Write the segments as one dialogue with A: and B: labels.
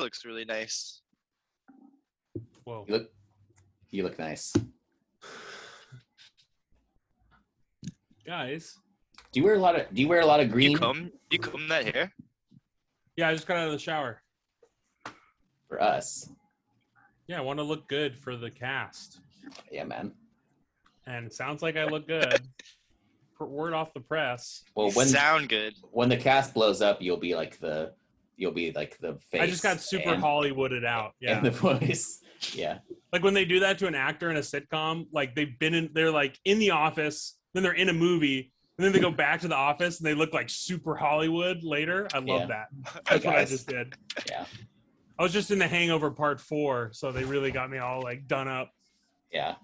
A: looks really nice.
B: Whoa.
C: You look, you look nice.
B: Guys.
C: Do you wear a lot of? Do you wear a lot of green
A: You comb you comb that hair?
B: Yeah, I just got out of the shower.
C: for us?
B: Yeah, I want to look good for the cast.
C: Yeah, man.
B: And it sounds like I look good. For Word off the press.
C: Well,
A: You
C: when
A: sound good.
C: when the cast blows up, you'll be like the you'll be like the face.
B: I just got super
C: and,
B: Hollywooded out. Yeah.
C: And the voice. Yeah.
B: like when they do that to an actor in a sitcom, like they've been in they're like in the office, then they're in a movie, and then they go back to the office and they look like super Hollywood later. I love
C: Yeah.
B: that.
C: Hey,
B: That's what I
C: guys.
B: just did.
C: Yeah.
B: I was just in the hangover part four, so they really got me all like done up.
C: Yeah.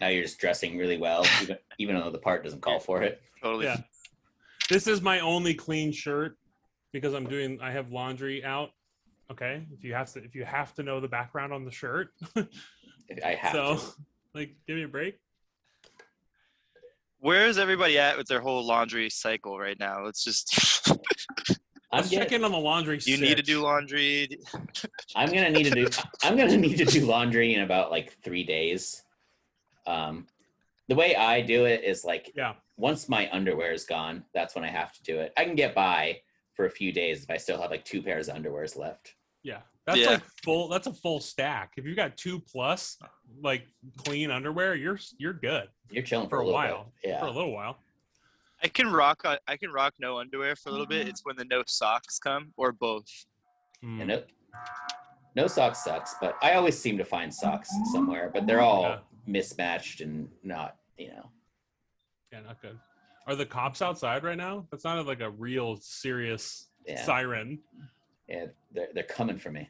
C: Now you're just dressing really well, even, even though the part doesn't call for it.
A: Totally.
B: Yeah. This is my only clean shirt because I'm doing I have laundry out. Okay. If you have to if you have to know the background on the shirt.
C: I have.
B: so
C: to.
B: like give me a break.
A: Where is everybody at with their whole laundry cycle right now? Let's just
C: I'm,
B: Let's check
C: getting,
B: in on the laundry.
A: you need to
B: sitch.
A: do laundry.
C: I'm gonna need to do. I'm gonna need to do laundry in about like three days. Um, the way I do it is like
B: Yeah.
C: once my underwear is gone, that's when I have to do it. I can get by for a few days if I still have like two pairs of underwears left.
B: Yeah. That's
A: Yeah.
B: like full that's a full stack. If you got two plus like clean underwear, you're you're good
C: You're chilling for,
B: For a
C: little
B: while.
C: Bit. Yeah.
B: for a little while.
A: I can rock uh, I can rock no underwear for a little bit. It's when the no socks come or both.
B: Mm.
C: And no, no socks sucks, but I always seem to find socks somewhere, but they're all
B: Yeah.
C: mismatched and not, you know.
B: Yeah, not good. Are the cops outside right now? That sounded like a real serious
C: Yeah.
B: siren.
C: yeah they're, they're coming for me.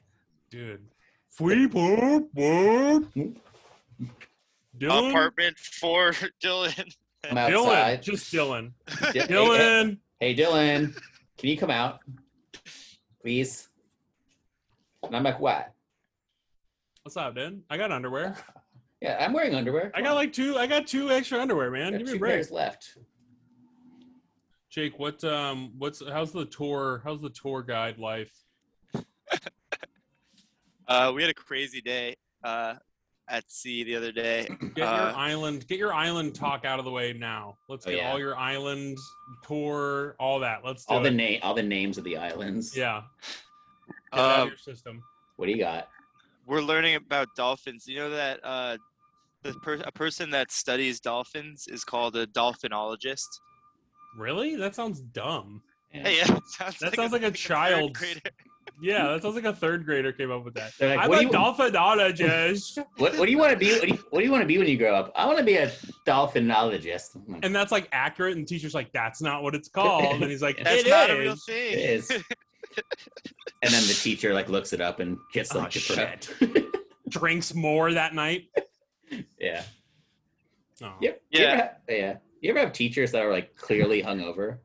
B: Dude. Free boop boop. Dylan,
A: Apartment for Dylan.
C: I'm
B: Dylan,
C: outside.
B: just Dylan.
C: Di- hey, Hey,
B: Dylan.
C: hey, Dylan, can you come out? Please. And I'm like, what?
B: What's up, dude? I got underwear.
C: Yeah, I'm wearing underwear.
B: I got like two. I got two extra underwear, man.
C: There are
B: Give me a
C: two
B: break.
C: pairs left.
B: Jake, what um, what's how's the tour? How's the tour guide life?
A: Uh, we had a crazy day uh, at sea the other day.
B: Get
A: Uh,
B: your island, get your island talk out of the way now. Let's
C: Oh,
B: get
C: yeah.
B: all your island tour, all that. Let's do
C: All the
B: it.
C: name, all the names of the islands.
B: yeah, get it out of
C: Uh,
A: Um,
B: your system.
C: What do you got?
A: we're learning about dolphins. You know that uh, the per- a person that studies dolphins is called a dolphinologist.
B: Really? That sounds dumb.
C: Yeah.
A: Hey, yeah, that sounds
B: That sounds like a
A: third
B: child's-
A: grader.
B: Yeah, that sounds like a third grader came up with that.
C: They're like,
B: I'm
C: what do
B: a
C: you-
B: dolphinologist,
C: What, what do you want to be? What do you, what do you want to be when you grow up? I want to be a dolphinologist. I'm like,
B: and that's like accurate. And the teacher's like, "That's not what it's called." And he's like,
C: That's
B: "It
A: It's not a real
B: is."
A: thing.
C: It is. and then the teacher like looks it up and gets
B: Oh,
C: like depressed.
B: Drinks more that night.
C: yeah.
B: No.
C: Yep.
A: Yeah.
C: You ever have, yeah. You ever have teachers that are like clearly hungover?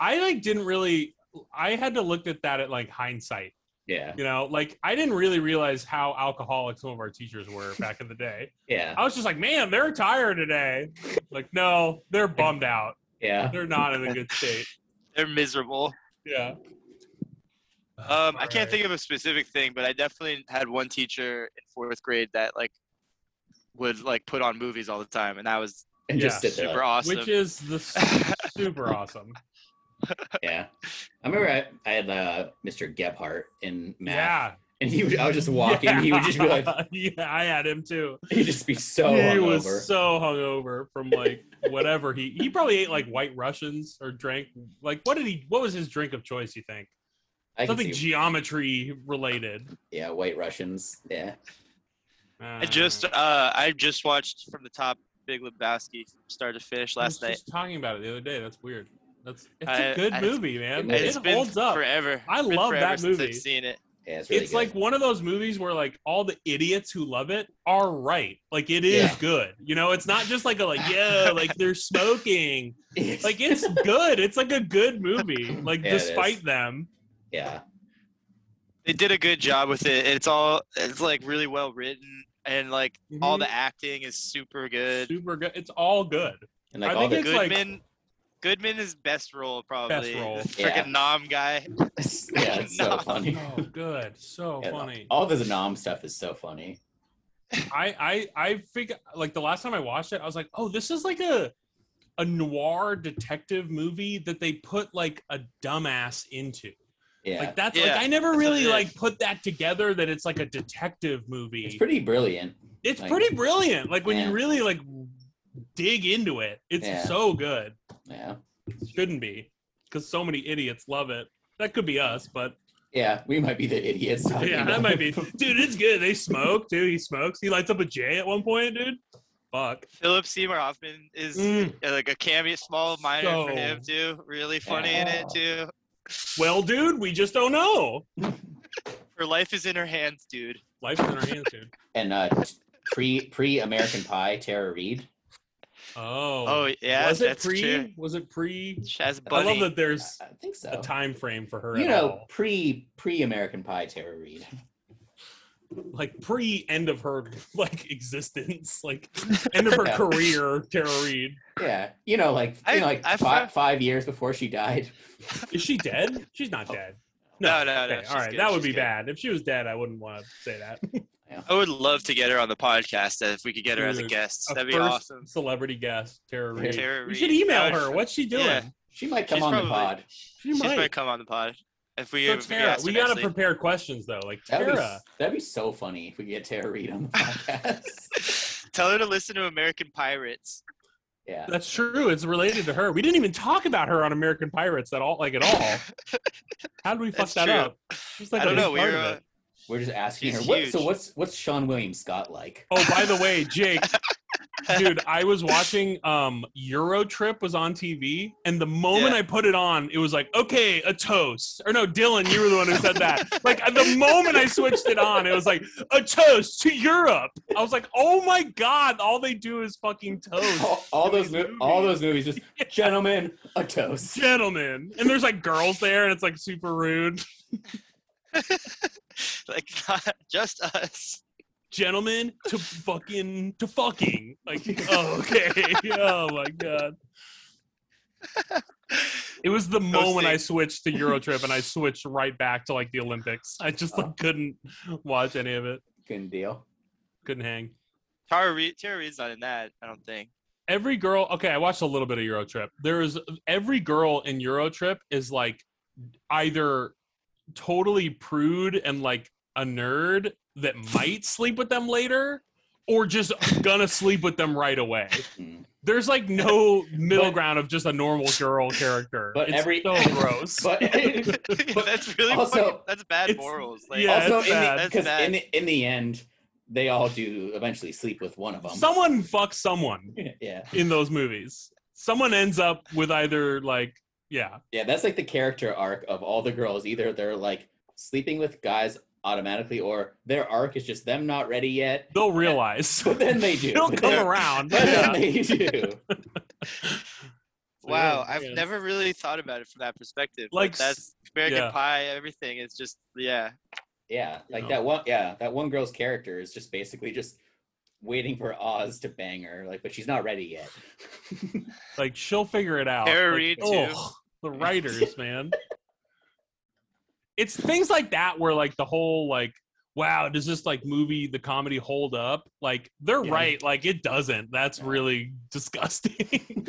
B: I like didn't really. I had to look at that at like hindsight.
C: Yeah.
B: You know, like I didn't really realize how alcoholic some of our teachers were back in the day.
C: Yeah.
B: I was just like, man, they're tired today. Like, no, they're bummed out.
C: Yeah.
B: They're not in a good state.
A: They're miserable.
B: Yeah.
A: Um, I can't think of a specific thing, but I definitely had one teacher in fourth grade that like would like put on movies all the time, and that was
C: And just
B: Yeah.
C: sit there.
A: super
C: like,
A: awesome.
B: Which is the s- super awesome.
C: yeah. I remember I, I had uh, Mr. Gebhart in math,
B: Yeah.
C: and he would, I would just walk in. He would just be like,
B: yeah, I had him too.
C: he'd just be so
B: he
C: hungover.
B: was so hungover from like whatever he he probably ate like white Russians or drank like what did he what was his drink of choice? You think
C: I could
B: something
C: see,
B: geometry related?
C: yeah, White Russians. Yeah.
A: I just uh, I just watched from the top Big Lebowski from start to finish
B: I
A: last
B: was
A: night.
B: Just talking about it the other day. That's weird. That's it's a
A: I-
B: good
A: I-
B: movie, man.
C: it's
B: It
A: It's been
B: holds up.
A: forever.
B: I
A: It's been
B: love
A: forever
B: that
A: since
B: movie.
A: I've seen it.
C: Yeah. It's really
B: It's
C: good.
B: like one of those movies where like all the idiots who love it are right. Like it is
C: Yeah.
B: good. You know, it's not just like a like yeah, like they're smoking. Like it's good. It's like a good movie. Like
C: Yeah, it is.
B: despite them.
C: yeah.
A: They did a good job with it. It's all it's like really well written, and like
B: Mm-hmm.
A: all the acting is super good.
B: super good. It's all good.
C: And like
B: I
C: all
B: think
C: the
B: it's like-
A: Goodman Goodman is best role probably.
B: role.
A: This
C: Yeah.
A: Freaking nom guy.
C: yeah, it's so
A: No.
C: funny.
B: Oh, good. So
C: Yeah,
B: funny.
C: All the Nom stuff is so funny.
B: I I I figure like the last time I watched it, I was like, oh, this is like a a noir detective movie that they put like a dumbass into.
C: Yeah,
B: Like that's
A: Yeah,
B: like I never
A: that's what
B: really
A: it
B: like
A: is.
B: put that together that it's like a detective movie.
C: it's pretty brilliant.
B: It's
C: like-
B: pretty brilliant. Like when
C: Yeah.
B: you really like dig into it, it's
C: Yeah.
B: so good.
C: Yeah,
B: Shouldn't be because so many idiots love it. That could be us, but
C: yeah, we might be the idiots. talking
B: yeah,
C: about
B: that might be.
C: it.
B: Dude, it's good. They smoke too. He smokes. He lights up a J at one point, dude. Fuck.
A: Philip Seymour Hoffman is
B: Mm.
A: uh, like a cameo, small minor for
B: So-
A: him too. Really funny in it too.
B: Well, dude, we just don't know.
A: Her life is in her hands, dude.
B: Life's in our hands, dude.
C: And uh, pre pre American Pie, Tara Reid.
B: Oh.
A: Oh yeah,
B: Was it
A: that's
B: pre?
A: true.
B: Was it pre?
A: Chaz
B: I
A: Bunny.
B: love that there's
C: I think so.
B: a time frame for her.
C: you
B: at
C: know,
B: all.
C: pre pre American Pie, Tara Reid.
B: like pre end of her like existence, like end of her
C: Yeah.
B: career. Tara Reid
C: Yeah, you know, like you
A: I-
C: know, like
A: I
C: five,
A: found-
C: five years before she died.
B: is she dead? She's not
C: Oh.
B: dead.
A: no, no, no.
B: Okay,
A: she's
B: all right,
A: good,
B: that would
A: she's
B: be
A: good.
B: bad. If she was dead, I wouldn't want to say that.
A: I would love to get her on the podcast if we could get her as a
B: Dude,
A: guest.
B: A
A: That'd be
B: first
A: awesome.
B: Celebrity guest, Tara Reid.
A: Tara
B: We should
A: Reid.
B: email
A: That would-
B: her. What's she doing?
A: Yeah.
C: She might come
A: She's
C: on
A: probably-
C: the pod.
B: She
A: She's gonna
B: might.
A: come on the pod. If we,
B: So
A: if we
B: Tara,
A: ask
B: we
A: her
B: gotta
A: nicely.
B: prepare questions though. Like
C: That'd be,
B: Tara,
C: that'd be so funny if we get Tara Reid on the podcast.
A: Tell her to listen to American Pirates.
C: yeah,
B: that's true. It's related to her. We didn't even talk about her on American Pirates at all, like at all. How did we fuck
A: That's
B: that
A: true.
B: up? She's like
A: I
B: a
A: don't
B: big
A: know. We
B: part
A: were,
B: of
A: uh,
B: it.
C: we're just asking her.
A: She's
C: What, so
A: huge.
C: what's what's Sean William Scott like?
B: Oh, by the way, Jake, dude, I was watching um Euro Trip was on TV, and the moment
A: Yeah.
B: I put it on, it was like, okay, a toast. Or no, Dylan, you were the one who said that. like the moment I switched it on, it was like a toast to Europe. I was like, oh my god, all they do is fucking toast.
A: Oh,
C: All, all
B: in
C: those
B: these
C: mo- all
B: movies.
C: those movies, just gentlemen, a toast.
B: Gentlemen, and there's like girls there, and it's like super rude.
A: like not just us.
B: Gentlemen, to fucking to fucking like oh, okay, oh my god. It was the moment I
A: things.
B: switched to Eurotrip and I switched right back to like the Olympics. I just like, couldn't watch any of it.
C: Good deal.
B: Couldn't hang.
A: Tara Reid. Tara Reid's not in that. I don't think.
B: Every girl, okay, I watched a little bit of Eurotrip. There is every girl in Eurotrip is like either totally prude and like a nerd that might sleep with them later or just gonna sleep with them right away.
C: Mm.
B: There's like no middle
C: But-
B: ground of just a normal girl character.
C: But
B: it's
C: every-
B: so gross.
C: But
A: that's really
C: also-
A: fucking, that's bad
B: it's-
A: morals. Like,
B: yeah.
C: also
B: it's
C: in
B: bad.
C: the,
A: That's
C: 'cause in
A: bad.
C: the in the end, they all do eventually sleep with one of them.
B: someone fucks someone
C: yeah,
B: in those movies. Someone ends up with either like yeah,
C: yeah, that's like the character arc of all the girls. Either they're like sleeping with guys automatically, or their arc is just them not ready yet.
B: they'll realize.
C: But then they do.
B: It'll
C: But
B: come
C: then-
B: around.
C: but then
B: Yeah.
C: they do.
A: wow,
B: Yeah,
A: I've
B: yeah.
A: never really thought about it from that perspective. but
B: Like,
A: that's American
B: yeah.
A: Pie. Everything is just yeah.
C: Yeah, like
B: know.
C: that one. Yeah, that one girl's character is just basically just waiting for Oz to bang her, like, but she's not ready yet.
B: Like she'll figure it out.
A: Tara
B: Like,
A: Reid, too.
B: ugh, the writers, man. It's things like that where like the whole like wow, does this like movie the comedy hold up? Like they're
C: Yeah.
B: right, like it doesn't. That's
C: Yeah.
B: really disgusting.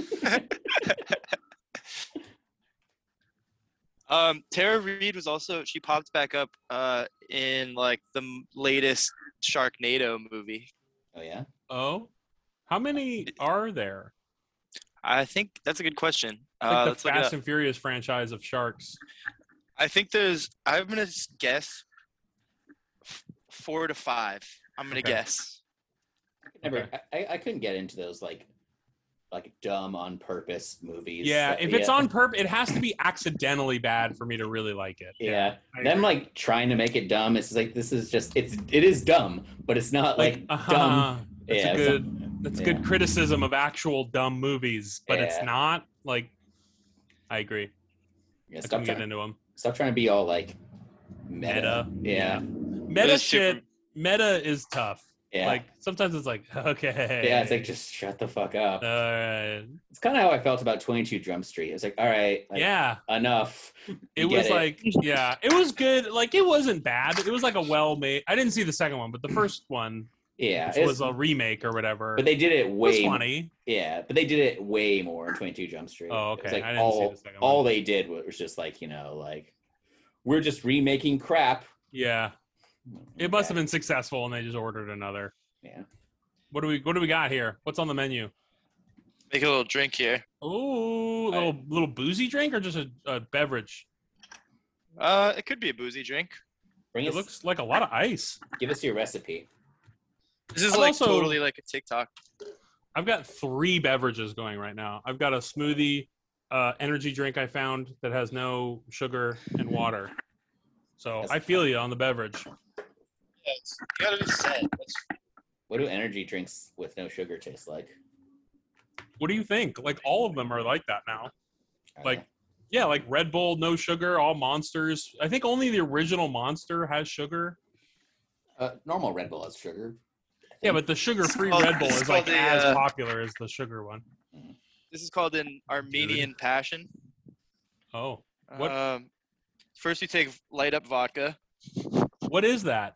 A: Um, Tara Reid was also she popped back up uh in like the m- latest Sharknado movie.
C: oh yeah,
B: oh. How many are there?
A: I think that's a good question.
B: It's
A: Uh,
B: like the
A: let's look it up.
B: Fast and Furious franchise of sharks.
A: I think there's. I'm gonna s- guess f- four to five. I'm gonna
B: Okay.
A: guess.
C: never.
B: Okay.
C: I- I, I couldn't get into those like, like dumb on purpose movies.
B: Yeah,
C: that-
B: if it's on purpose, it has to be accidentally bad for me to really like it.
C: Yeah,
B: I
C: them
B: agree.
C: like trying to make it dumb. It's like this is just it's it is dumb, but it's not like, dumb.
B: uh-huh, That's
C: yeah,
B: a
C: it's
B: good. That's
C: yeah.
B: good criticism of actual dumb movies, but it's
C: Yeah.
B: not like. I agree.
C: yeah,
B: I
C: stop,
B: couldn't get
C: trying,
B: into them.
C: stop trying to be all like meta.
B: Meta.
C: Yeah,
B: Meta
A: is super-
B: shit. Meta is tough.
C: Yeah.
B: Like sometimes it's like, okay.
C: yeah, it's like just shut the fuck up.
B: all right.
C: It's kind of how I felt about 22 Drum Street. It's like, all right, like,
B: yeah.
C: enough.
B: It
C: get
B: was
C: it.
B: like, yeah, it was good. Like it wasn't bad. It was like a well made. I didn't see the second one, but the first one,
C: Yeah,
B: which
C: it's-
B: was a remake or whatever,
C: but they did it
B: was
C: way.
B: funny.
C: Yeah, but they did it way more in 22 Jump Street.
B: Oh,
C: It was
B: okay.
C: like
B: I didn't see
C: all
B: the second
C: all
B: one.
C: they did was just like you know like we're just remaking crap.
B: Yeah, it must have been successful, and they just ordered another.
C: Yeah.
B: What do we What do we got here? What's on the menu?
A: Make a little drink here.
B: Oh,
C: I-
B: little little boozy drink or just a, a beverage?
A: Uh, it could be a boozy drink.
C: Bring
B: It
C: us,
B: looks like a lot of ice.
C: give us your recipe.
A: This is
B: I'm
A: like
B: also-
A: totally like a TikTok.
B: I've got three beverages going right now. I've got a smoothie, uh, energy drink I found that has no sugar and water. So
C: That's
B: I feel you on the beverage.
A: You gotta be sad.
C: What do energy drinks with no sugar taste like?
B: What do you think? Like all of them are like that now.
C: Are
B: Like, yeah, like Red Bull, no sugar, all monsters. I think only the original monster has sugar.
C: they- uh, normal Red Bull has sugar.
B: Yeah, but the sugar-free
A: It's called-
B: Red Bull
A: it's
B: is like
A: called the,
B: as
A: uh,
B: popular as the sugar one.
A: This is called an Armenian passion.
B: Oh, What-
A: Um, first, you take light up vodka.
B: what is that?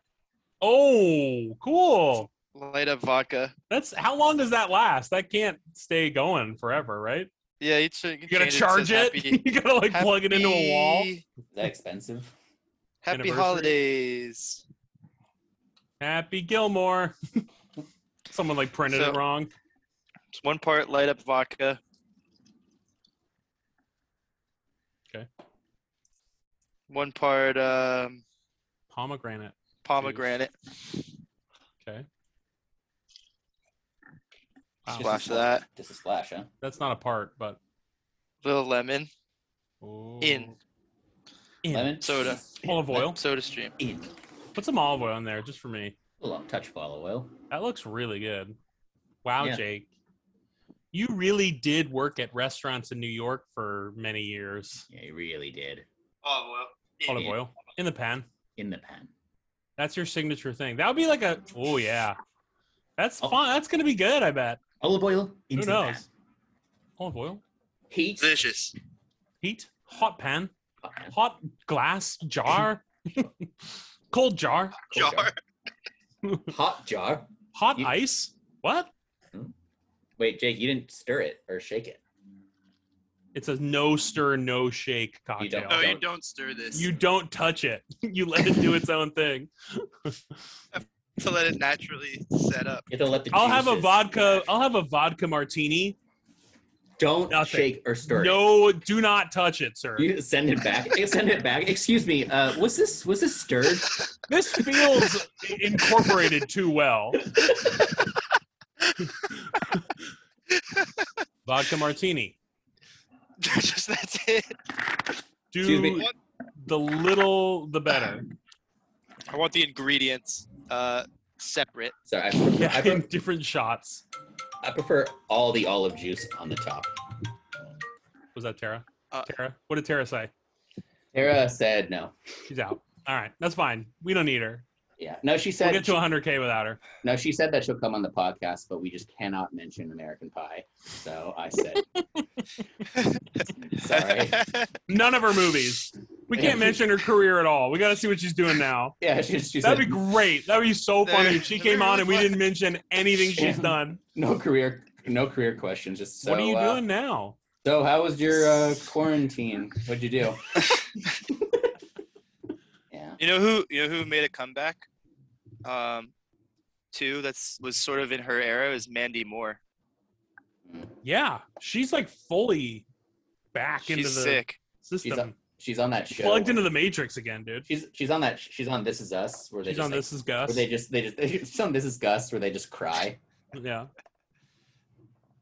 B: Oh, cool.
A: Light up vodka.
B: That's how long does that last? That can't stay going forever, right?
A: Yeah, you, ch- you
B: You gotta charge it.
A: Happy,
B: you gotta like plug it into a wall.
A: happy-
C: Is that expensive?
A: Happy
B: Anniversary.
A: holidays.
B: Happy Gilmore. Someone like printed
A: So-
B: it wrong.
A: It's one part light up vodka.
B: Okay.
A: One part um,
B: Pomegranate.
A: pomegranate.
B: Okay. Wow.
C: It's just a
A: Splash of
C: splash-
A: that.
C: Just a splash, huh?
B: That's not a part, but
A: Little lemon. In.
B: in.
C: Lemon
A: Soda.
B: Olive oil.
A: Soda stream.
C: In
B: Put some olive oil in there just for me.
C: a little touch of olive oil.
B: That looks really good. Wow,
C: Yeah.
B: Jake. You really did work at restaurants in New York for many years.
C: Yeah, you really did.
A: Oh, well.
B: Olive oil in the pan.
C: In the pan.
B: That's your signature thing. That would be like a oh yeah. That's
C: Oh.
B: fun. That's gonna be good, I bet.
C: Olive oil. Into
B: Who knows?
C: The pan.
B: Olive oil,
C: Heat. Oh,
A: Delicious.
B: heat, hot pan,
C: Hot pan.
B: hot glass jar, cold jar,
C: Cold
A: Jar.
C: Hot jar.
B: hot
C: You-
B: ice. What?
C: Wait, Jake, you didn't stir it or shake it.
B: It's a no stir, no shake cocktail.
A: No, you
C: Don't-
A: don't stir this.
B: You don't touch it. You let it do its own thing.
A: to let it naturally set up.
C: You have to let the
B: I'll have a
C: juices-
B: vodka. I'll have a vodka martini.
C: Don't
B: Nothing.
C: shake or stir
B: No, do not touch it, sir.
C: it. You send it back. send it back. Excuse me. Uh, was this was this stirred?
B: This feels incorporated too well. Vodka martini.
A: Just that's it.
B: Do
C: Excuse me.
B: the little the better.
A: I want the ingredients uh, separate.
C: Sorry, I prefer,
B: Yeah,
C: I,
B: in
C: pre-
B: different shots.
C: I prefer all the olive juice on the top.
B: Was that Tara?
A: Uh,
B: Tara? What did Tara say?
C: Tara said no.
B: She's out. All right, that's fine. We don't need her.
C: Yeah, no, she
B: We'll
C: said
B: get to 100k without her.
C: no. She said that she'll come on the podcast, but we just cannot mention American Pie. So I said, sorry.
B: None of her movies. We
C: Yeah.
B: can't mention her career at all. We got to see what she's doing now.
C: Yeah, she, she said
B: That'd be great. That'd be so funny if she
A: That'd be
B: came on and we
A: really
B: didn't mention anything she's done.
C: no career, no career questions. Just so,
B: what are you
C: uh,
B: doing now?
C: So how was your uh, quarantine? What'd you do? yeah.
A: you know who? You know who made a comeback? Um, two. That's was sort of in her era. Is Mandy Moore?
B: Yeah, she's like fully back
A: She's
B: into the
A: sick.
B: system.
C: She's She's on that show.
B: Plugged into the matrix again, dude.
C: she's she's on that she's on This Is Us where they
B: She's
C: just
B: on
C: like,
B: This Is Gus.
C: where they just they just she's on This Is Gus where they just cry.
B: yeah.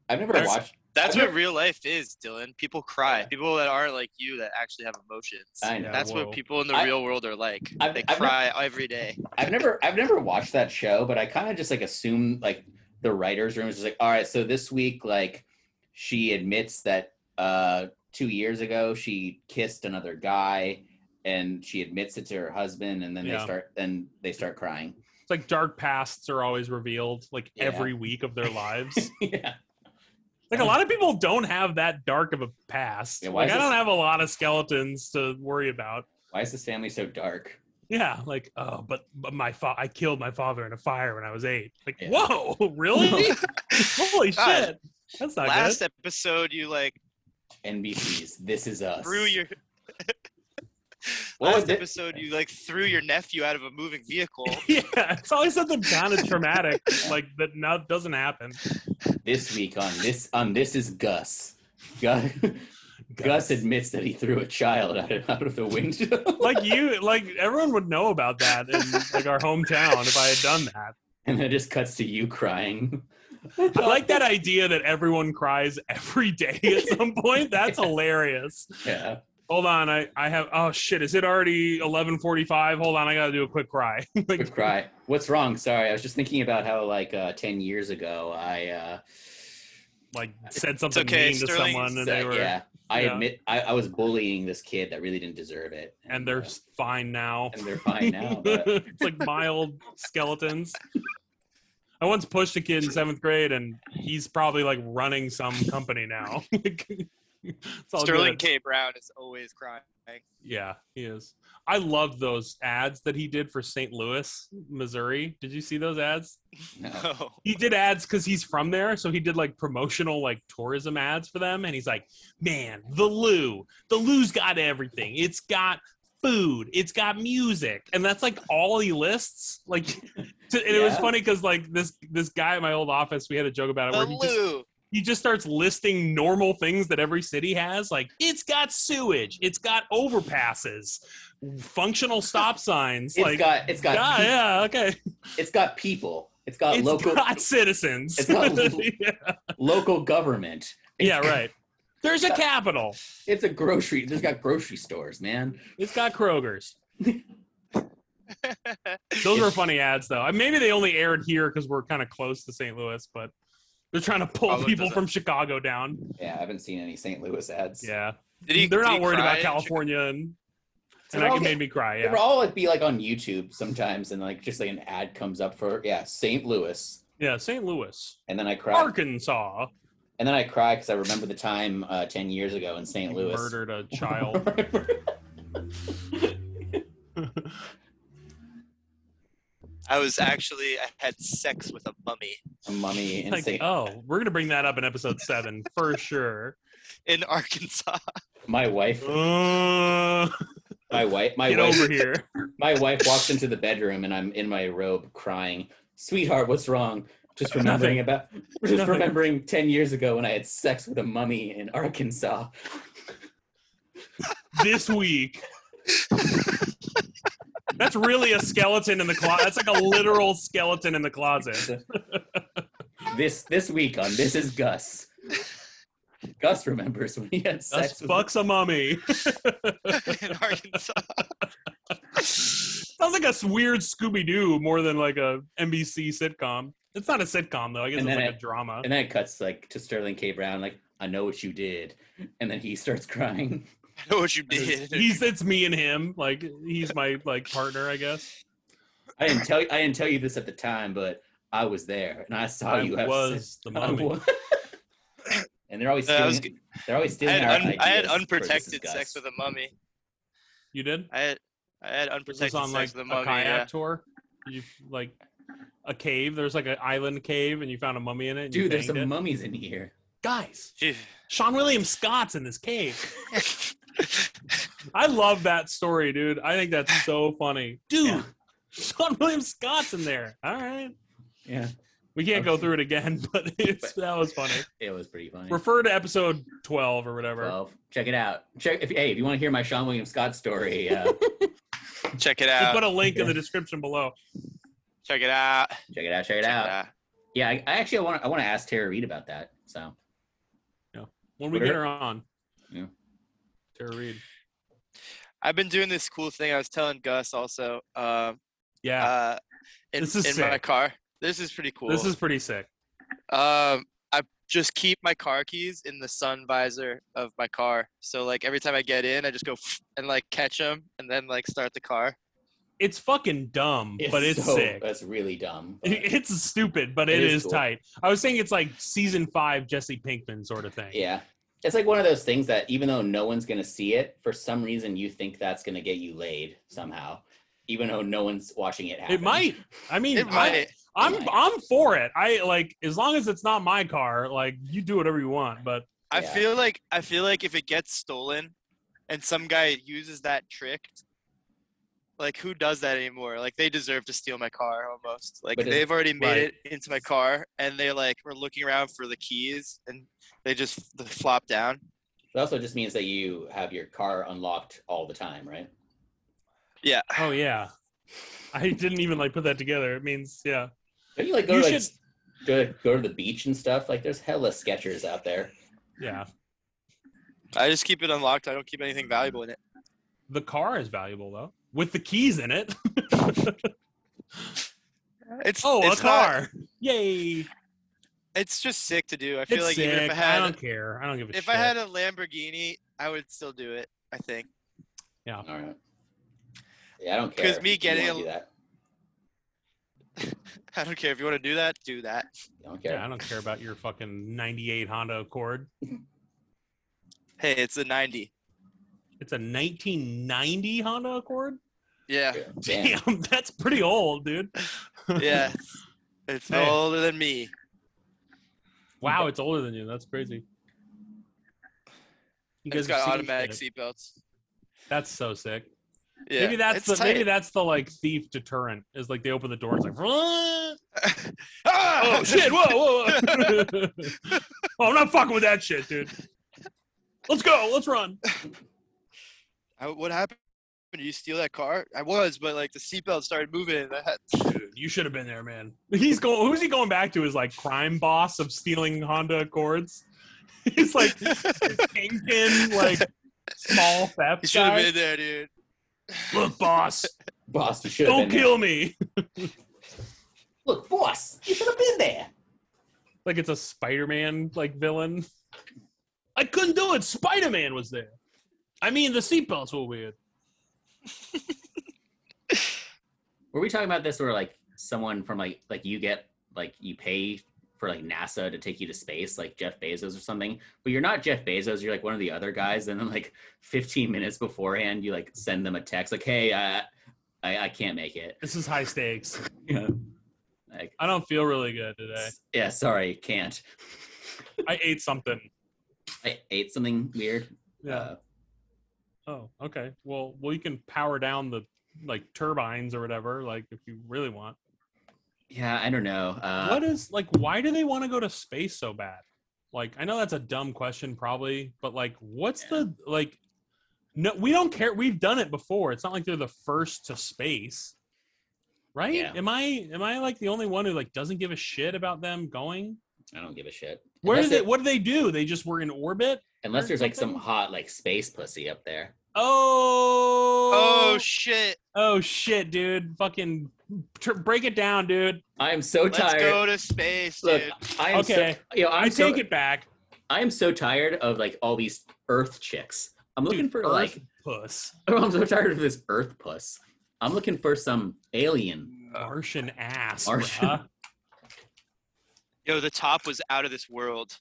C: I've never
B: There's-
C: watched.
A: That's
C: I've
A: what
C: never-
A: real life is, Dylan. People cry. People that aren't like you that actually have emotions.
C: I know.
B: Yeah,
A: That's
B: whoa.
A: what people in the
C: I-
A: real world are like.
C: I've-
A: they
C: I've never-
A: cry every day.
C: I've never I've never watched that show, but I kind of just like assume like the writers' room is just like, all right, so this week like she admits that uh two years ago she kissed another guy and she admits it to her husband and then they
B: Yeah.
C: start then they start crying.
B: It's like dark pasts are always revealed like
C: Yeah.
B: every week of their lives.
C: yeah.
B: like a lot of people don't have that dark of a past.
C: Yeah, why
B: like
C: is
B: I don't
C: this-
B: have a lot of skeletons to worry about.
C: Why is this family so dark?
B: Yeah, like oh, but, but my fa- I killed my father in a fire when I was eight. Like
C: Yeah.
B: whoa, really? Holy
A: God.
B: shit, that's not
A: Last
B: good.
A: episode, you like
C: NBC's This Is Us.
A: threw your
C: What was
A: last
C: it?
A: episode, you like threw your nephew out of a moving vehicle.
B: yeah, it's always something kind of traumatic, like that not doesn't happen.
C: this week on this on this is Gus. Gus, Gus admits that he threw a child out of, out of the window.
B: like you, like everyone would know about that in like our hometown if I had done that.
C: and then it just cuts to you crying.
B: I like that idea that everyone cries every day at some point. That's hilarious.
C: Yeah.
B: Hold on, I I have oh shit, is it already eleven forty five? Hold on, I gotta do a quick cry.
C: Good cry. What's wrong? Sorry, I was just thinking about how like uh, ten years ago I uh
B: like said something
A: okay,
B: mean to
A: Sterling
B: someone and
C: said-
B: they were
C: yeah. I
B: yeah.
C: admit I, I was bullying this kid that really didn't deserve it.
B: and they're
C: uh,
B: s- fine now.
C: and they're fine now. But
B: it's like mild skeletons. I once pushed a kid in seventh grade, and he's probably like running some company now. It's all
A: Sterling
B: good.
A: K. Brown is always crying.
B: Yeah, he is. I love those ads that he did for St. Louis, Missouri. Did you see those ads?
C: no.
A: Oh.
B: He did ads because he's from there, so he did like promotional like tourism ads for them, and he's like, "Man, the Lou, the Lou's got everything. It's got food, it's got music, and that's like all he lists." Like, to, and it was
C: Yeah.
B: funny because like this this guy at my old office, we had a joke about it
A: The
B: where he just
A: Lou.
B: he just starts listing normal things that every city has like it's got sewage it's got overpasses functional stop signs
C: It's
B: like
C: got it's got
B: yeah
C: pe-
B: yeah okay
C: it's got people. It's got
B: It's
C: local
B: got citizens
C: It's got local-
B: yeah.
C: local government. It's
B: yeah,
C: got-
B: right there's a capital
C: It's a grocery. There's got grocery stores, man.
B: it's got kroger's those were funny ads though I- maybe they only aired here because we're kind of close to st louis but they're trying to pull
A: Probably
B: people
A: doesn't.
B: from chicago down
C: Yeah, I haven't seen any St. Louis ads.
B: yeah
A: Did he-
B: they're
A: did
B: not
A: he
B: worried
A: cry
B: about
A: in
B: california and, and
C: all
B: that
C: get-
B: made me cry
C: They
B: yeah
C: were all it'd be like on YouTube sometimes, and like just like an ad comes up for yeah St. Louis,
B: yeah st louis
C: and then I cry,
B: Arkansas
C: and then I cry because I remember the time uh, ten years ago in St. Louis.
B: murdered a child.
A: I was actually I had sex with a mummy
C: a mummy in
B: like,
C: St.
B: oh, we're gonna bring that up in episode seven for sure.
A: in Arkansas.
C: My wife,
B: Uh,
C: my wife, my
B: get
C: wife,
B: over here.
C: my wife walks into the bedroom, and I'm in my robe crying. Sweetheart, what's wrong? Just remembering about, just
B: Nothing.
C: remembering ten years ago when I had sex with a mummy in Arkansas.
B: This week. That's really a skeleton in the closet. That's like a literal skeleton in the closet.
C: this this week on This Is Gus. Gus remembers when he had sex
B: That's
C: with
B: fucks a mummy.
A: in Arkansas.
B: Sounds like a s- weird Scooby Doo more than like a NBC sitcom. It's not a sitcom though. I guess
C: And
B: it's
C: then
B: like a
C: it-
B: drama.
C: and then it cuts like to Sterling K. Brown, like, I know what you did. And then he starts crying.
A: I know what you did.
B: He's it's me and him. Like he's my like partner, I guess.
C: I didn't tell you I didn't tell you this at the time, but I was there and I saw
B: I
C: Oh, you have sex.
B: was the
C: I
B: mummy.
C: wa- and they're always
A: Uh, I
C: stealing,
A: was
C: they're always
A: I
C: stealing
A: had,
C: our
A: un- I had
C: ideas for This Is
A: unprotected
C: Gus.
A: sex with a mummy.
B: You did?
A: I had I had
B: Was this
A: unprotected
B: on like
A: sex
B: a
A: with a mummy.
B: kayak
A: yeah.
B: tour? Did you like a cave? There's like an island cave, and you found a mummy in it. And you
C: Dude, there's
B: banged
C: some
B: it?
C: mummies in here.
B: guys.
A: Gee.
B: Sean William Scott's in this cave. I love that story, dude. I think that's so funny, dude.
C: Yeah.
B: Sean William Scott's in there. All right,
C: Yeah.
B: we can't go through it again, but it's, that was funny.
C: It was pretty funny.
B: Refer to episode twelve or whatever.
C: Well, check it out. Check if hey, if you want to hear my Sean William Scott story, uh,
A: Check it
B: We'll
A: out.
B: put a link in the description below.
A: Check it out. Check
C: check it out, check
A: it
C: it out.
A: out.
C: Yeah, I, I actually want I want to ask Tara Reed about that. So
B: When we
C: Twitter?
B: get her on,
C: Yeah.
B: Tara Reid.
A: I've been doing this cool thing. I was telling Gus also. Um,
B: Yeah,
A: uh, in,
B: This is
A: in my
B: sick.
A: car. This is pretty cool.
B: this is pretty sick.
A: Um, I just keep my car keys in the sun visor of my car. So like every time I get in, I just go and like catch them and then like start the car.
B: it's fucking dumb, but it's
C: so-
B: sick.
C: That's really dumb. but-
B: It's stupid, but
C: It
B: it
C: is
B: is,
C: cool.
B: tight. I was saying it's like season five Jesse Pinkman sort of thing.
C: yeah. It's like one of those things that even though no one's gonna see it, for some reason you think that's gonna get you laid somehow, even though no one's watching it happen.
B: It might. I mean,
A: It might.
B: I, am
C: might.
B: I'm for it. I like as long as it's not my car. Like you do whatever you want, but
A: I
C: Yeah.
A: feel like I feel like if it gets stolen, and some guy uses that trick, like who does that anymore? Like they deserve to steal my car almost. Like
C: But it-
A: they've already made
B: right.
A: it into my car, and they like were looking around for the keys, and they just f- flop down.
C: It also just means that you have your car unlocked all the time, right?
A: Yeah.
B: oh yeah, I didn't even like put that together. It means yeah.
C: Don't you like go
B: You
C: to, like,
B: should-
C: go to, go to the beach and stuff? Like there's hella sketchers out there.
B: Yeah,
A: I just keep it unlocked. I don't keep anything valuable in it.
B: the car is valuable though, with the keys in it.
A: It's
B: oh,
A: it's
B: a
A: not-
B: car! Yay!
A: it's just sick to do. I feel
B: It's
A: like
B: sick.
A: even if I
B: I,
A: had
B: don't care. I don't give a
A: if
B: shit.
A: I had a Lamborghini, I would still do it. I think.
C: All right. Yeah, I don't care.
A: 'Cause
C: if
A: me
C: you
A: getting
C: wanna
A: a-
C: do that.
A: I don't care if you want to do that. Do that.
C: I don't care.
B: yeah, I don't care about your fucking '98 Honda Accord.
A: Hey, it's a ninety.
B: It's a 1990 Honda Accord.
A: Yeah.
C: Damn.
B: Damn, that's pretty old, dude.
A: Yeah. it's- It's
B: Hey.
A: older than me.
B: Wow, it's older than you. That's crazy. You
A: It's
B: have
A: got
B: seen
A: automatic
B: shit.
A: seatbelts.
B: That's so sick.
A: Yeah.
B: maybe that's
A: it's
B: the maybe
A: tight.
B: that's the like thief deterrent. Is like they open the door, it's like, "Run!"
A: Ah!
B: oh shit, whoa, whoa. whoa. oh, I'm not fucking with that shit, dude. Let's go, let's run.
A: I- what happened? Did you steal that car? I was, but like the seatbelt started moving. And I had,
B: Dude, you should have been there, man. He's going. Who's he going back to? His like crime boss of stealing Honda Accords. He's like kingpin, like small theft.
A: you should have
B: guy.
A: been there, dude.
B: Look, boss,
C: Boss, you should have
B: don't
C: been there.
B: kill me.
C: Look, boss, you should have been there.
B: like it's a Spider-Man like villain. I couldn't do it. Spider-Man was there. I mean, the seatbelts were weird.
C: Were we talking about this where like someone from like like you get like you pay for like NASA to take you to space, like Jeff Bezos or something, but you're not Jeff Bezos, you're like one of the other guys, and then like 15 minutes beforehand, you like send them a text like, "Hey, I I, I can't make it."
B: This is high stakes.
C: Yeah. Like,
B: I don't feel really good today.
C: s- yeah, sorry, can't.
B: I ate something.
C: I ate something weird.
B: Yeah.
C: Uh,
B: Oh, okay. Well, well, you can power down the like turbines or whatever, like if you really want.
C: yeah, I don't know. Uh,
B: what is like? Why do they want to go to space so bad? Like, I know that's a dumb question, probably, but like, what's the like? No, we don't care. We've done it before. It's not like they're the first to space, right?
C: Yeah.
B: Am I am I like the only one who like doesn't give a shit about them going?
C: I don't give a shit.
B: Where
C: Unless
B: did they?
C: it-
B: What do they do? They just were in orbit.
C: Unless
B: or
C: there's like some
B: something?
C: hot like space pussy up there.
B: Oh,
A: Oh shit!
B: oh shit, dude! Fucking tr- break it down, dude.
C: I am so
A: Let's
C: tired.
A: go to space,
C: Look,
A: dude.
C: I am
B: Okay.
C: so you know, I'm
B: i
C: so,
B: take it back,
C: I am so tired of like all these Earth chicks. I'm looking
B: dude.
C: for
B: Earth
C: like
B: puss,
C: I'm so tired of this Earth puss. I'm looking for some alien.
B: Martian ass,
C: uh, Martian.
B: bruh.
A: Yo, the top was out of this world.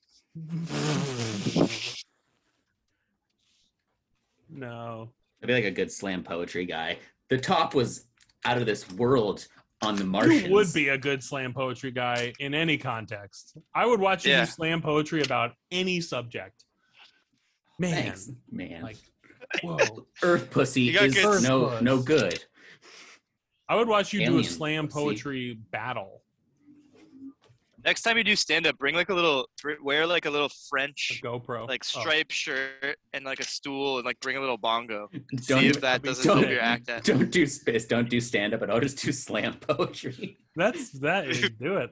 B: No.
C: I'd be like a good slam poetry guy. The top was out of this world on the Martians.
B: You would be a good slam poetry guy in any context. I would watch you
A: Yeah.
B: do slam poetry about any subject. Man,
C: Thanks, man.
B: like, whoa.
C: Earth pussy
A: You got
C: is
A: good-
C: no
B: Earth
C: no
B: puss.
C: good.
B: I would watch you do a
C: Alien.
B: slam
C: Let's see.
B: poetry battle.
A: Next time you do stand up, bring like a little, wear like a little
B: A
A: French,
B: GoPro.
A: like
B: Oh,
A: striped shirt and like a stool, and like bring a little bongo.
C: Don't
A: See
C: do-
A: if that doesn't
C: don't-
A: help your act out.
C: Don't do space. Don't do stand up at all. Just do slam poetry.
B: that's that is do it.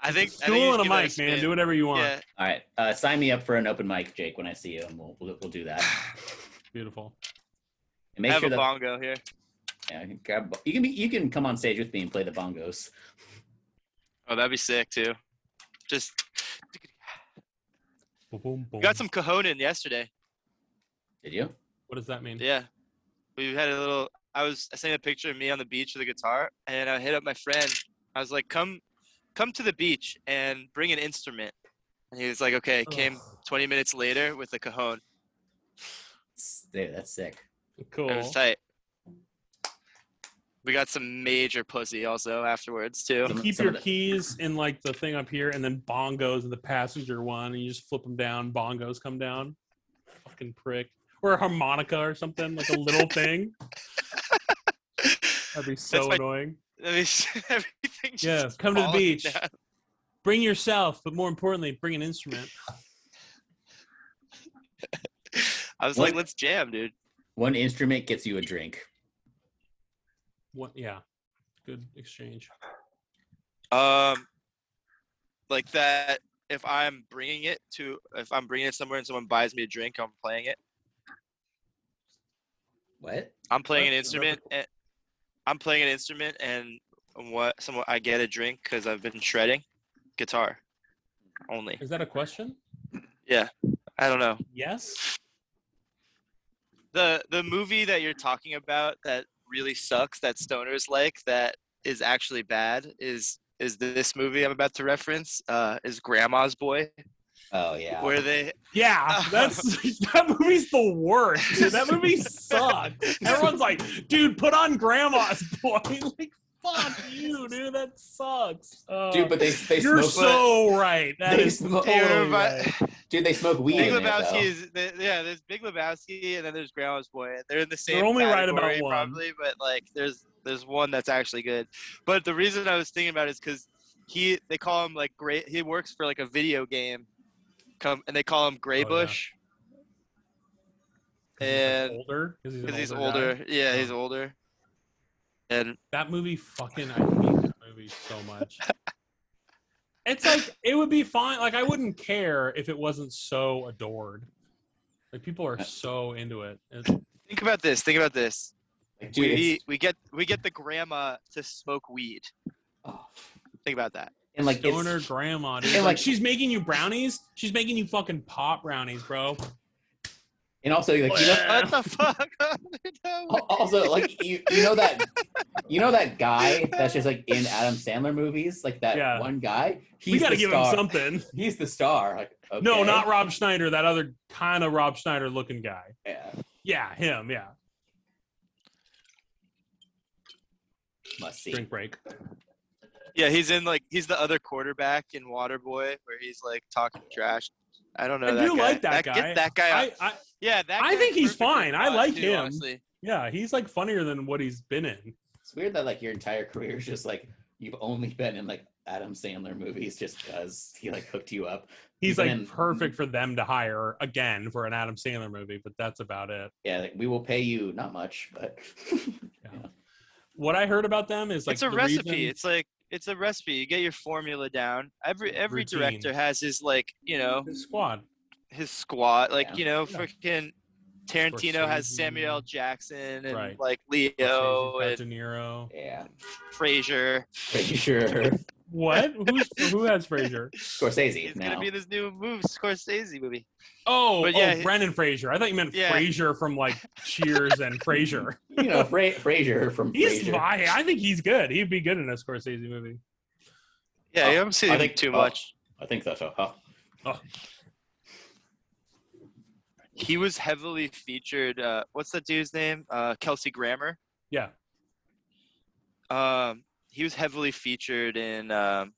A: I think I think you
B: Stool and
A: should
B: a
A: give that
B: mic, man.
A: spin.
B: Do whatever you want.
A: Yeah.
C: All right, uh, sign me up for an open mic, Jake, when I see you, and we'll we'll, we'll do that.
B: Beautiful.
C: And make
A: have
C: sure
A: a
C: that
A: bongo here.
C: yeah, I can grab, you can be you can come on stage with me and play the bongos.
A: Oh, that'd be sick too. Just
B: Boom, boom,
A: we
B: boom.
A: got some cojones yesterday.
C: Did you? Mm.
B: What does that mean?
A: Yeah, we had a little. I was I sent a picture of me on the beach with a guitar, and I hit up my friend. I was like, "Come, come to the beach and bring an instrument." And he was like, "Okay." Came 20 minutes later with a cajon.
C: Dude, that's sick.
B: Cool.
A: It was tight. We got some major pussy also afterwards too.
C: Some-
B: keep
C: some
B: your
C: of the-
B: keys in like the thing up here, and then bongos in the passenger one, and you just flip them down. Bongos come down. Fucking prick, or a harmonica or something like a little thing. That'd be so
A: That's my-
B: annoying.
A: I mean, everything. just
B: Yeah, come to the
A: falling
B: beach.
A: down.
B: Bring yourself, but more importantly, bring an instrument.
A: I was like,
C: What-
A: "Let's jam, dude."
C: One instrument gets you a drink.
B: What? Yeah, good exchange.
A: Um, like that. If I'm bringing it to, if I'm bringing it somewhere and someone buys me a drink, I'm playing it.
C: What?
A: I'm playing an
B: That's another-
A: instrument. And I'm playing an instrument, and what? Someone I get a drink because I've been shredding, guitar, only.
B: Is that a question?
A: Yeah, I don't know.
B: Yes.
A: the The movie that you're talking about that really sucks that stoners like that is actually bad is is this movie I'm about to reference uh, is Grandma's Boy
C: Oh yeah.
A: where they
B: Yeah, that's that movie's the worst. dude. That movie sucks. Everyone's like, dude, put on grandma's boy. Like, fuck you, dude. That sucks. Uh,
C: Dude, but they they
B: you're
C: smoke.
B: so right. That
C: they
B: is
C: smoke-
B: totally
A: Everybody-
B: right.
C: Dude, they smoke weed.
A: Big
C: in it, though.
A: Lebowski is the, yeah. There's Big Lebowski, and then there's Grandma's Boy. They're in the same.
B: only right about
A: category
B: one.
A: probably, but like there's there's one that's actually good. But the reason I was thinking about it is because he they call him like Gray. He works for like a video game, come and they call him
B: Oh,
A: Graybush
B: Because he's, like,
A: And-
B: older, because he's,
A: because
B: an
A: he's
B: older guy.
A: older. Yeah,
B: Yeah.
A: he's older. And
B: That movie fucking I hate that movie so much. It's like it would be fine. Like I wouldn't care if it wasn't so adored. Like people are so into it. It's-
A: think about this. Think about this.
C: Like, dude, it's-
A: We we get we get the grandma to smoke weed.
C: oh.
A: Think about that.
C: and like it's-
B: stoner grandma, dude.
C: and,
B: Like,
C: like-
B: she's making you brownies. She's making you fucking pop brownies, bro.
C: and also like you know
A: What the fuck? Oh, No way.
C: Al- also like you, you know that you know that guy that's just like in Adam Sandler movies, like that
B: Yeah.
C: one guy. He's
B: we gotta
C: the
B: give
C: star.
B: him something.
C: He's the star. Like okay.
B: No, not Rob Schneider. That other kind of Rob Schneider looking guy.
C: yeah,
B: Yeah, him. Yeah.
C: must see.
B: Drink break.
A: Yeah, he's in like he's the other quarterback in Waterboy, where he's like talking trash. I don't know.
B: I
A: that
B: do
A: guy.
B: like that guy.
A: Get that guy. out.
B: I, I
A: yeah, that.
B: I
A: guy's
B: think he's
A: perfect for
B: fine. I
A: Fox,
B: like
A: too,
B: him.
A: honestly.
B: yeah, he's like funnier than what he's been in.
C: It's weird that like your entire career is just like you've only been in like Adam Sandler movies just because he like hooked you up.
B: He's
C: You've
B: like
C: been in- Mm-hmm.
B: perfect for them to hire again for an Adam Sandler movie, but that's about it.
C: Yeah, like, we will pay you not much, but
B: What I heard about them is like
A: it's a
B: the
A: recipe.
B: reason-
A: It's like it's a recipe. You get your formula down. Every every
B: Routine.
A: director has his like you know
B: his squad.
A: his squad. Like
C: Yeah.
A: you know,
B: Yeah.
A: freaking Tarantino has
B: Scorsese.
A: Samuel L. Jackson and
B: Right.
A: like Leo
B: Scorsese,
A: and
B: De Niro.
C: yeah,
A: Frasier.
C: pretty sure
B: What? Who's, who has Fraser?
C: Scorsese
A: He's
C: now.
A: gonna be in this new move Scorsese movie.
B: Oh,
A: But
B: oh,
A: yeah, he-
B: Brendan Fraser. I thought you meant
A: Yeah.
B: Fraser from like Cheers and Fraser.
C: you know, Fra- Frasier from
B: He's
C: Frasier.
B: I, I think he's good. He'd be good in a Scorsese movie.
A: Yeah,
C: Oh,
A: you haven't seen
C: I
A: him
C: think-
A: too
C: oh.
A: much.
C: I think that's so. Huh?
A: He was heavily featured. Uh, what's that dude's name? Uh, Kelsey Grammer.
B: Yeah.
A: Um, he was heavily featured in um,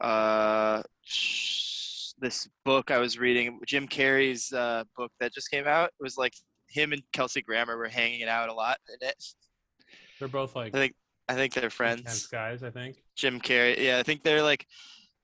A: uh, sh- this book I was reading, Jim Carrey's uh, book that just came out. It was like him and Kelsey Grammer were hanging out a lot. In it.
B: They're both like
A: I think I think they're
B: intense
A: friends.
B: guys, I think.
A: Jim Carrey. Yeah, I think they're like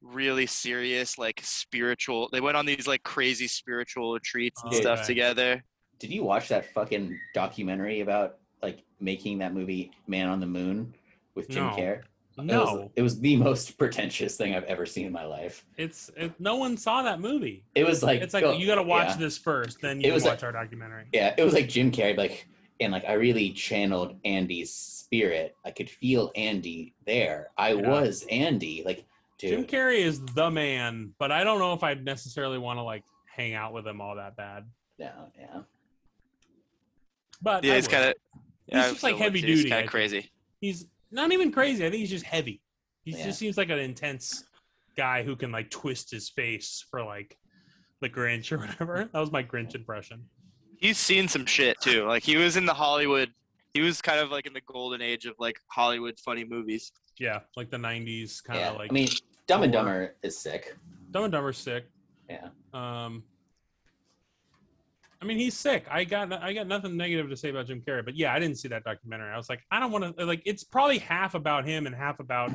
A: really serious, like spiritual. They went on these like crazy spiritual retreats and stuff
B: Okay.
A: together.
C: Did you watch that fucking documentary about like making that movie Man on the Moon with Jim
B: No.
C: Carrey?
B: No.
C: It was, it was the most pretentious thing I've ever seen in my life.
B: it's it, no one saw that movie.
C: It was like
B: It's like
C: oh,
B: you got to watch
C: yeah.
B: this first, then
C: It
B: you can
C: was
B: watch our documentary.
C: Yeah, it was like Jim Carrey, like and like I really channeled Andy's spirit. I could feel Andy there. I
B: Yeah.
C: was Andy. Like,
B: Jim
C: dude,
B: Carrey is the man, but I don't know if I'd necessarily want to like hang out with him all that bad.
C: no, yeah.
B: But
A: Yeah, he's kind of.
B: He's just, like, heavy duty, I
A: Kind
B: think.
A: of crazy.
B: he's not even crazy. I think he's just heavy. He
C: Yeah.
B: just seems like an intense guy who can like twist his face for like the Grinch or whatever. That was my Grinch impression.
A: He's seen some shit too. Like he was in the Hollywood. He was kind of like in the golden age of like Hollywood funny movies.
B: Yeah, like the '90s kind of
C: yeah,
B: like
C: I mean, Dumb and
B: more-
C: Dumber is sick.
B: Dumb and Dumber's sick.
C: Yeah.
B: Um. I mean, he's sick. I got I got nothing negative to say about Jim Carrey, but yeah, I didn't see that documentary. I was like, I don't want to like. It's probably half about him and half about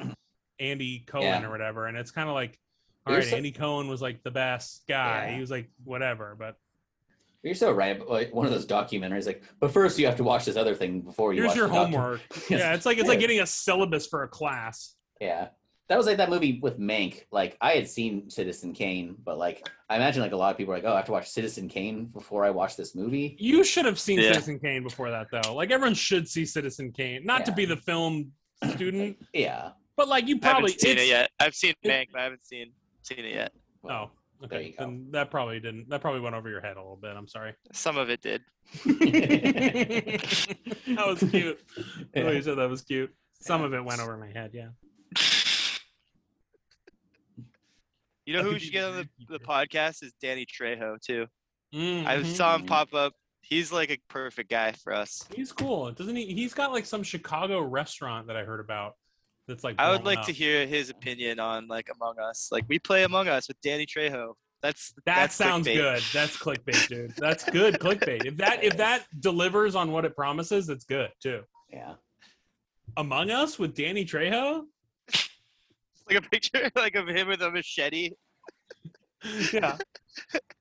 B: Andy Cohen
C: Yeah.
B: or whatever. And it's kind of like, all right,
C: There's some-
B: Andy Cohen was like the best guy.
C: Yeah.
B: He was like whatever, but
C: You're so right. But like, one of those documentaries, like, but first you have to watch this other thing before you.
B: here's
C: watch
B: your
C: the docu-
B: homework. yeah, it's like it's like
C: Yeah.
B: getting a syllabus for a class.
C: Yeah. That was like that movie with Mank. Like I had seen Citizen Kane, but like I imagine like a lot of people are like, oh, I have to watch Citizen Kane before I watch this movie.
B: You should have seen
A: Yeah.
B: Citizen Kane before that, though. Like everyone should see Citizen Kane, not to
C: Yeah.
B: be the film student,
C: Yeah.
B: but like you
A: I
B: probably
A: haven't seen it
B: it's-
A: yet. I've seen
B: it-
A: Mank, but I haven't seen seen it yet.
B: Oh, okay.
C: there you go.
B: Then that probably didn't. That probably went over your head a little bit. I'm sorry.
A: Some of it did.
B: Oh. that was cute.
C: Yeah.
B: Oh, you said that was cute. Some
C: Yeah.
B: of it went over my head. Yeah.
A: You know who
B: That'd
A: we
B: be
A: should get on the,
B: very
A: the
B: good.
A: podcast is Danny Trejo too. I
B: Mm-hmm.
A: saw him
C: Mhm.
A: pop up. He's like a perfect guy for us.
B: He's cool, doesn't he? He's got like some Chicago restaurant that I heard about. That's like.
A: I would
B: blown
A: like to
B: up.
A: hear his opinion on like Among Us. Like we play Among Us with Danny Trejo. That's
B: That
A: that's
B: sounds
A: clickbait.
B: good. That's clickbait, dude. That's good clickbait. If that if that delivers on what it promises, it's good too.
C: yeah.
B: Among Us with Danny Trejo.
A: Like a picture like of him with a machete.
B: Yeah.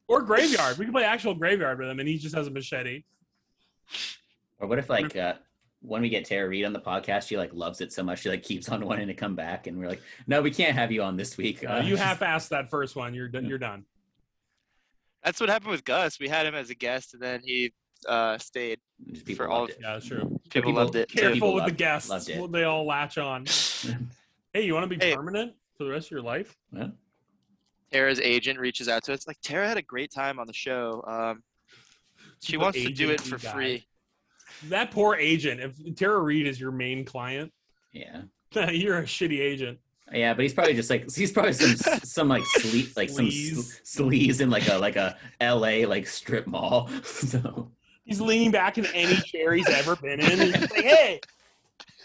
B: or graveyard. We can play actual graveyard with him, and he just has a machete.
C: Or what if like uh when we get Tara Reid on the podcast, she like loves it so much she like keeps on wanting to come back, and we're like, no, we can't have you on this week.
B: Uh,
C: Uh,
B: you half-assed that first one. You're done. You're done.
A: That's what happened with Gus. We had him as a guest and then he uh stayed.
C: just
A: for
C: people
A: all
C: loved
A: of-
C: it.
B: Yeah, that's true.
C: But
A: People, loved it.
C: People
A: Too.
B: Careful with the
C: loved-
B: guests.
C: loved it.
B: Well, They all latch on. Hey, you want to be
A: Hey.
B: permanent for the rest of your life?
A: Tara's agent reaches out to us. Like Tara had a great time on the show. Um she
B: What
A: wants to do
B: agent
A: it
B: we
A: for
B: got.
A: free.
B: That poor agent. If Tara Reed is your main client,
C: Yeah.
B: you're a shitty agent.
C: Yeah, but he's probably just like he's probably some some like sleaze like some
B: Sleaze.
C: sl- sleaze in like a like a L.A. like strip mall. so
B: He's leaning back in any chair he's ever been in. He's like, hey,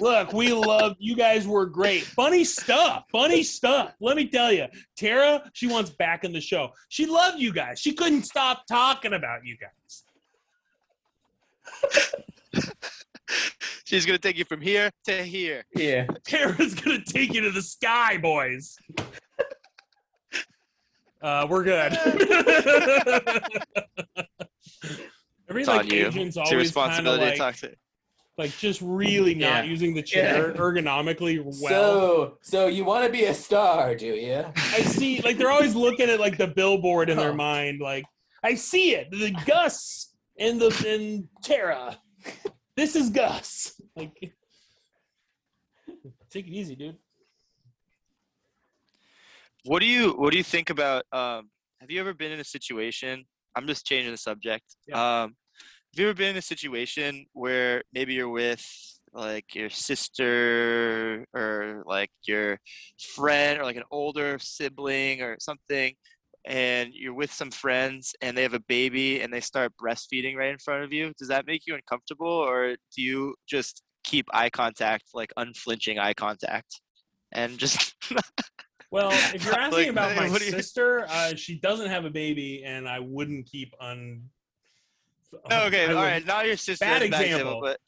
B: look, we love you guys. Were great. Funny stuff. Funny stuff. Let me tell you, Tara, she wants back in the show. She loved you guys. She couldn't stop talking about you guys.
A: She's gonna take you from here to here.
C: yeah,
B: Tara's gonna take you to the sky, boys. Uh, we're good. Every
A: It's
B: like
A: on you.
B: agent's
A: It's your
B: always kind of
A: responsibility
B: like,
A: to talk to
B: like just really not
C: Yeah.
B: using the chair
C: Yeah.
B: ergonomically well.
C: So, so you want to be a star, do you?
B: I see, like they're always looking at like the billboard in their
C: Oh.
B: mind. Like I see it, the Gus and the and Tara. This is Gus. Like, take it easy, dude.
A: What do you what do you think about um have you ever been in a situation I'm just changing the subject.
B: Yeah.
A: Um have you ever been in a situation where maybe you're with like your sister or like your friend or like an older sibling or something and you're with some friends and they have a baby and they start breastfeeding right in front of you does that make you uncomfortable or do you just keep eye contact like unflinching eye contact and just
B: Well, if you're asking
A: Like,
B: about my
A: what do you-
B: sister, uh, she doesn't have a baby, and I wouldn't keep un.
A: No, Oh, okay,
B: I
A: all
B: would-
A: right. Not your sister.
B: Bad
A: that's a
B: example.
A: but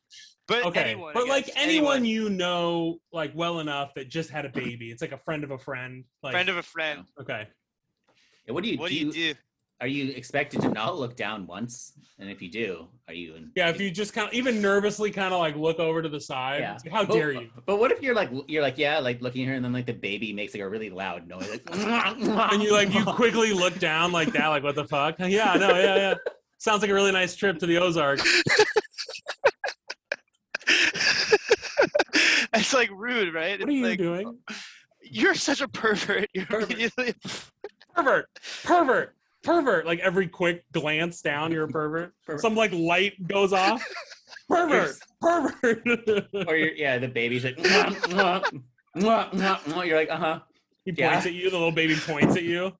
A: but
B: Okay,
A: anyone, I
B: but like
A: guess,
B: anyone, you know, like well enough that just had a baby. It's like a friend of a friend. Like
A: friend of a friend.
B: okay,
C: And What do you
A: What
C: do?
A: do you do?
C: Are you expected to not look down once? And if you do, are you? In,
B: yeah. If you just kind of even nervously kind of like look over to the side,
C: Yeah.
B: it's like, how
C: But-
B: dare you?
C: But what if you're like you're like yeah like looking at her and then like the baby makes like a really loud noise like,
B: And you like you quickly look down like that, like what the fuck? Yeah, no, yeah, yeah. Sounds like a really nice trip to the Ozarks.
A: it's like rude, right? it's
B: What are you
A: like,
B: doing?
A: You're such a pervert. You're
C: Pervert.
A: immediately
B: Pervert, pervert, pervert. Like every quick glance down, you're a pervert.
C: Pervert.
B: Some like light goes off. pervert, pervert.
C: or you're, yeah, the baby's like, mwah, mwah, mwah, mwah, mwah. you're like, uh huh.
B: he points
C: Yeah.
B: at you. The little baby points at you.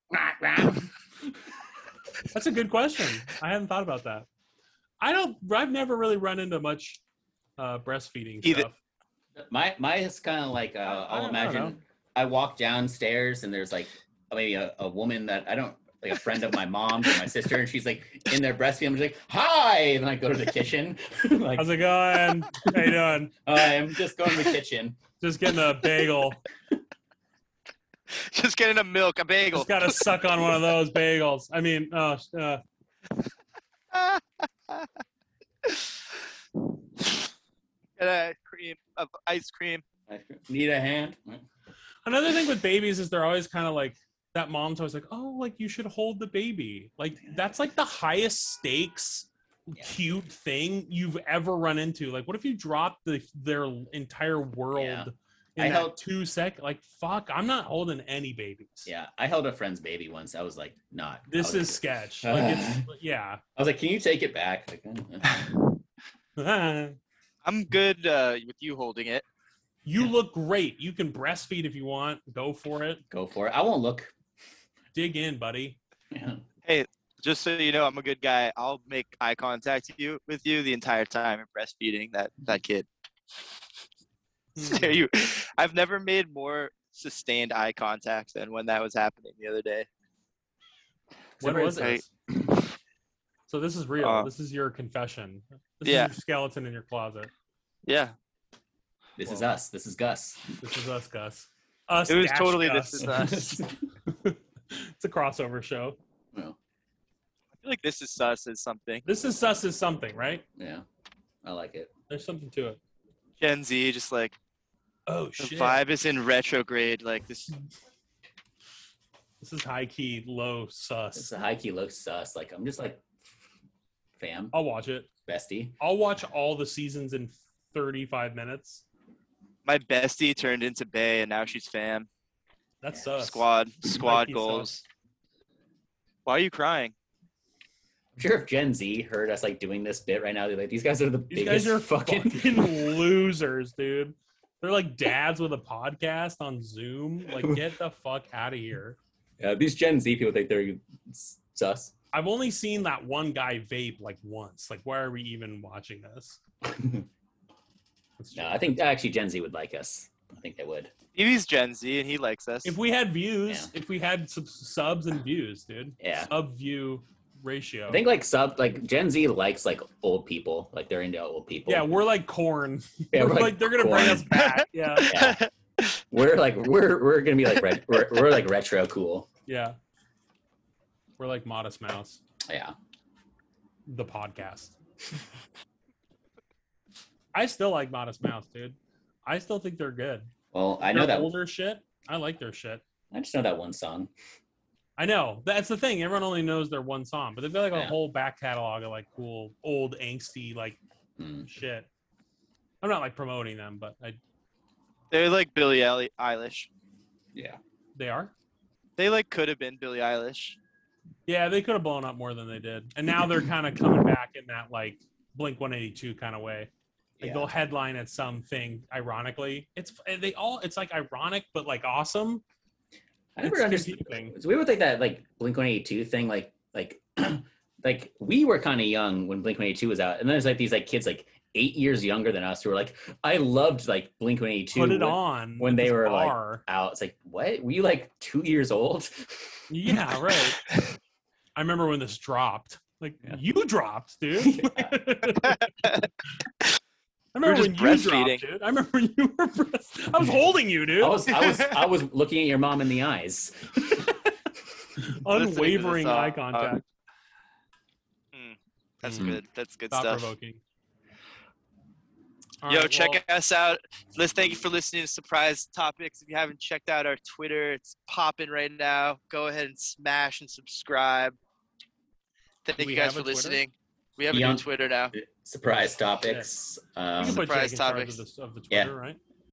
B: That's a good question. I hadn't thought about that. I don't. I've never really run into much uh, breastfeeding
A: Either-
B: stuff.
C: My my is kind of like uh,
B: I
C: I'll
B: don't know.
C: imagine. I walk downstairs and there's like maybe a, a woman that I don't like a friend of my mom's or my sister, and she's like in their breastfeeding. I'm just like, hi, and then I go to the kitchen. like
B: How's it going? How you doing?
C: I'm just going to the kitchen.
B: Just getting a bagel.
A: Just getting a milk, a bagel.
B: Just gotta suck on one of those bagels. I mean, uh, uh,
A: Get a cream of ice cream.
C: Need a hand?
B: another thing with babies is they're always kind of like that mom's always like, oh, like you should hold the baby. Like that's like the highest stakes cute thing you've ever run into. Like, what if you drop the their entire world
C: Yeah.
B: in
C: I
B: that
C: held-
B: two sec? Like, fuck, I'm not holding any babies.
C: Yeah, I held a friend's baby once. I was like, not. I
B: This is
C: was like-
B: sketch. Like, it's, yeah.
C: I was like, can you take it back? Like, "Uh, uh."
A: I'm good uh, with you holding it.
B: you look great. You can breastfeed if you want. Go for it.
C: go for it. I won't look.
B: Dig in, buddy.
C: Yeah.
A: Just so you know, I'm a good guy. I'll make eye contact you with you the entire time and breastfeeding that that
B: Mm-hmm.
A: kid. There you. I've never made more sustained eye contact than when that was happening the other day.
B: What
C: Except
B: was
A: for-
B: this? So this is real.
A: Uh,
B: this is your confession. This
A: yeah.
B: is your skeleton in your closet.
A: Yeah,
C: This is
B: Well.
C: us. This is Gus.
B: This is us, Gus. Us.
A: It was
B: dash
A: totally
B: Gus.
A: This Is Us.
B: it's a crossover show.
C: Well,
A: I feel like this is sus is something.
B: This is sus is something, right?
C: yeah, I like it.
B: There's something to it.
A: Gen Z, just like
B: Oh
A: the
B: shit!
A: vibe is in retrograde. Like this,
B: This is high key, low sus.
C: This high key looks sus. Like I'm just like, fam,
B: I'll watch it.
C: bestie.
B: I'll watch all the seasons in 35 minutes.
A: my bestie turned into Bay, and now she's fam.
B: That
C: Yeah.
B: sucks.
A: Squad, squad
B: Mikey
A: goals. Why are you crying?
C: I'm sure if Gen Z heard us like doing this bit right now, they're like, these guys are the
B: These
C: biggest
B: guys are
C: fucking.
B: fucking losers, dude. They're like dads with a podcast on Zoom. Like, get the fuck out of here.
C: yeah, these Gen Z people think they're s- sus.
B: I've only seen that one guy vape like once. Like, why are we even watching this?
C: no,
B: It's
C: I think actually Gen Z would like us. I think they would.
A: He's Gen Z, and he likes us.
B: if we had views, if we had sub- subs and views, dude.
C: Yeah.
B: Sub view ratio.
C: I think like sub like Gen Z likes like old people. Like they're into old people.
B: yeah, we're like corn.
C: Yeah,
B: we're like, they're gonna bring
C: corn.
B: us back. Yeah,
C: Yeah. We're like we're we're gonna be like ret- we're, we're like retro cool.
B: yeah. We're like Modest Mouse,
C: Yeah.
B: the podcast. I still like Modest Mouse, dude. I still think they're good.
C: Well, I know
B: Their
C: that
B: older shit. I like their shit.
C: I just know that one song.
B: I know that's the thing. Everyone only knows their one song, but they've got like a
C: Yeah.
B: whole back catalog of like cool old angsty like
C: Hmm.
B: shit. I'm not like promoting them, but I,
A: They're like Billie Eili- Eilish.
C: Yeah.
B: they are.
A: They like could have been Billie Eilish.
B: Yeah, they could have blown up more than they did, and now they're kind of coming back in that like Blink 182 kind of way. Like
C: Yeah.
B: they'll headline at something ironically. It's they all. It's like ironic, but like awesome.
C: I never
B: It's
C: understood.
B: confusing.
C: So we would think that like Blink One Eighty Two thing, like like like we were kind of young when Blink One Eighty Two was out, and then there's like these like kids like eight years younger than us who were like, I loved like Blink One Eighty Two.
B: Put it on
C: when
B: at
C: they
B: this
C: were, like-
B: bar.
C: Out. It's like what? Were you like two years old?
B: Yeah, right. I remember when this dropped. Like
C: Yeah.
B: you dropped, dude.
C: Yeah.
B: I
A: were
B: remember
A: just
B: when you dropped,
A: breastfeeding.
B: dude. I remember when you were breast. I was holding you, dude.
C: I was I was I was looking at your mom in the eyes.
A: listening to
B: Unwavering
A: this uh,
B: eye
A: song.
B: contact.
A: That's
C: Mm.
A: good. That's good
B: Mm-hmm.
A: stuff.
B: Thought provoking.
A: Yo, check us out. Let's thank you for listening to Surprise Topics. If you haven't checked out our Twitter, it's popping right now. Go ahead and smash and subscribe. Thank
B: we
A: you guys
B: have a
A: for
B: Twitter?
A: listening. We have a
C: Yeah.
A: new Twitter now.
C: Surprise topics.
B: You can
C: Um,
B: put Jake
A: Surprise
B: in charge
A: topics.
B: of, this, of the
C: Yeah.
B: Twitter, right?